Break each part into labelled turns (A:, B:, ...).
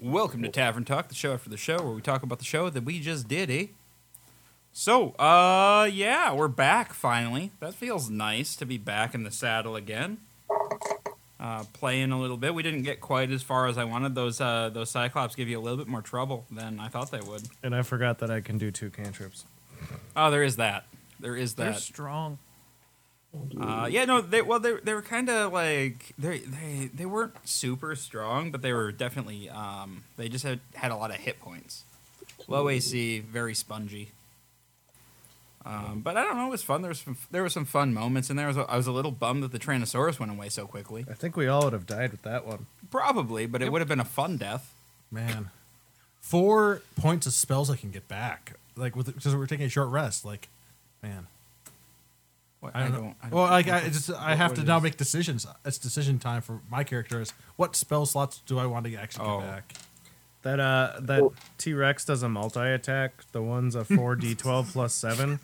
A: Welcome to Tavern Talk, the show after the show where we talk about the show that we just did, eh? So, uh, yeah, we're back finally. That feels nice to be back in the saddle again. Uh, playing a little bit. We didn't get quite as far as I wanted. Those uh, those Cyclops give you a little bit more trouble than I thought they would.
B: And I forgot that I can do two cantrips.
A: Oh, there is that. There is
C: They're
A: that.
C: strong.
A: Uh, yeah, no, they well, they they were kind of like they they they weren't super strong, but they were definitely um they just had had a lot of hit points, low AC, very spongy. Um, but I don't know, it was fun. There was some, there were some fun moments, and there was a, I was a little bummed that the Tyrannosaurus went away so quickly.
B: I think we all would have died with that one.
A: Probably, but it would have been a fun death.
D: Man, four points of spells I can get back. Like with because we're taking a short rest. Like, man,
A: What-
D: I don't, know. well, like I just I have to now make decisions. It's decision time for my characters. What spell slots do I want to actually
A: Oh.
D: get back?
B: That uh, that T Rex does a multi attack. The one's a four D twelve plus seven,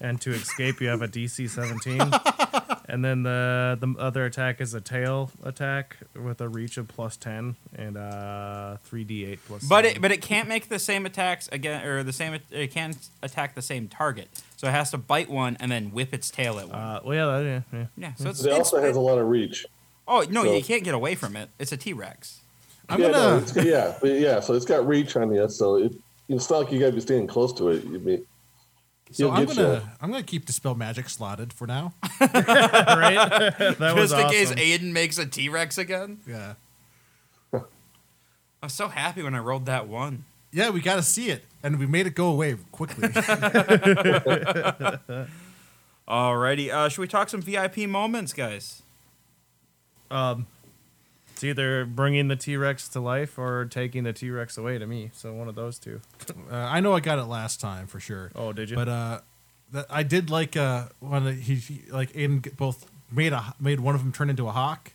B: and to escape you have a DC seventeen. And then the the other attack is a tail attack with a reach of plus ten and uh three D eight plus.
A: But
B: seven.
A: it but it can't make the same attacks again or the same it can't attack the same target. So it has to bite one and then whip its tail at one.
B: uh, well, yeah, that, yeah, yeah.
A: yeah, so it's,
E: It
A: it's-
E: also has a lot of reach.
A: Oh no,
E: So-
A: you can't get away from it. It's a T Rex.
D: I'm
E: yeah, no,
D: gonna.
E: it's- yeah, but yeah. So it's got reach on you, so it, it's not like you got to be standing close to it. You'd be,
D: so
E: you'll
D: I'm
E: get
D: gonna.
E: you.
D: I'm gonna keep dispel magic slotted for now.
B: right? That was
A: Just in case
B: awesome.
A: Aiden makes a T Rex again.
D: yeah.
A: I was so happy when I rolled that one.
D: Yeah, we got to see it, and we made it go away quickly.
A: Alrighty, uh, should we talk some VIP moments, guys?
B: Um, it's either bringing the T Rex to life or taking the T Rex away to me. So one of those two.
D: Uh, I know I got it last time for sure.
B: Oh, did you?
D: But uh, that, I did like uh when he, he like Aiden g- both made a made one of them turn into a hawk,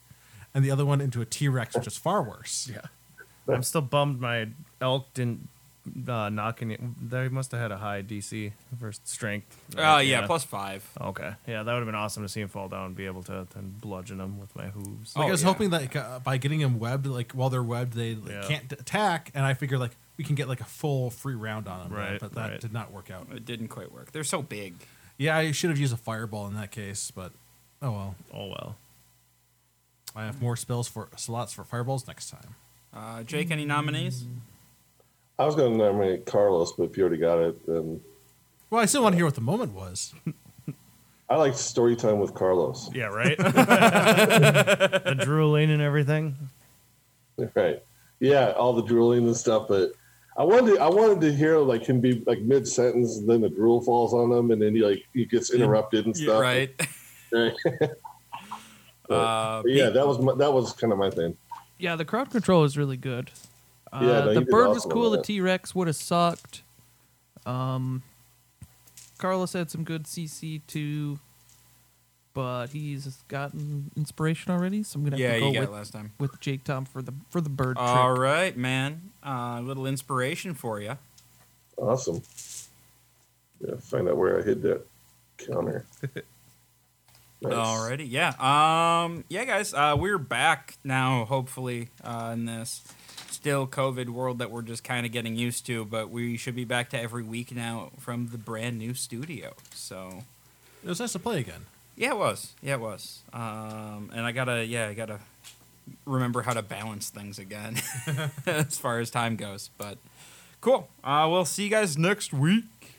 D: and the other one into a T Rex, which is far worse.
B: Yeah. I'm still bummed my elk didn't uh, knock any. They must have had a high DC for strength.
A: Oh yeah, plus five.
B: Okay. Yeah, that would have been awesome to see him fall down and be able to then bludgeon him with my hooves.
A: Oh.
D: Like I was
A: yeah.
D: hoping like uh, by getting them webbed, like while they're webbed, they like,
B: Yeah.
D: can't attack, and I figured like we can get like a full free round on them.
B: Right,
D: but that
B: right.
D: did not work out.
A: It didn't quite work. They're so big.
D: Yeah, I should have used a fireball in that case, but oh well.
B: Oh, well.
D: I have more spells for slots for fireballs next time.
A: Uh, Jake, any nominees?
E: I was going to nominate Carlos, but if you already got it, then
D: Well, I still want to hear what the moment was.
E: I like story time with Carlos.
B: Yeah, right? the drooling and everything.
E: Right. Yeah, all the drooling and stuff, but I wanted to, I wanted to hear like him be like mid sentence, then the drool falls on him, and then he like he gets interrupted and stuff.
A: right.
E: Right.
A: Uh,
E: But yeah, that was my, that was kind of my thing.
C: Yeah, the crowd control was really good. Uh,
E: Yeah, no, you
C: the
E: did
C: bird was
E: awesome on
C: cool. The
E: that.
C: T Rex would have sucked. Um, Carlos had some good CC too, but he's gotten inspiration already, so I'm gonna
A: yeah,
C: have to
A: you
C: go
A: got it
C: with,
A: last time.
C: with Jake Tom for the for the bird
A: All
C: trick.
A: right, man. Uh, A little inspiration for you.
E: Awesome. Yeah, find out where I hid that counter. Nice.
A: Alrighty, yeah, um, yeah, guys, uh, we're back now. Hopefully, uh, in this still COVID world that we're just kind of getting used to, but we should be back to every week now from the brand new studio. So,
D: It was nice to play again.
A: yeah, it was, yeah, it was. Um, and I gotta, yeah, I gotta remember how to balance things again as far as time goes. But cool. Uh, we'll see you guys next week.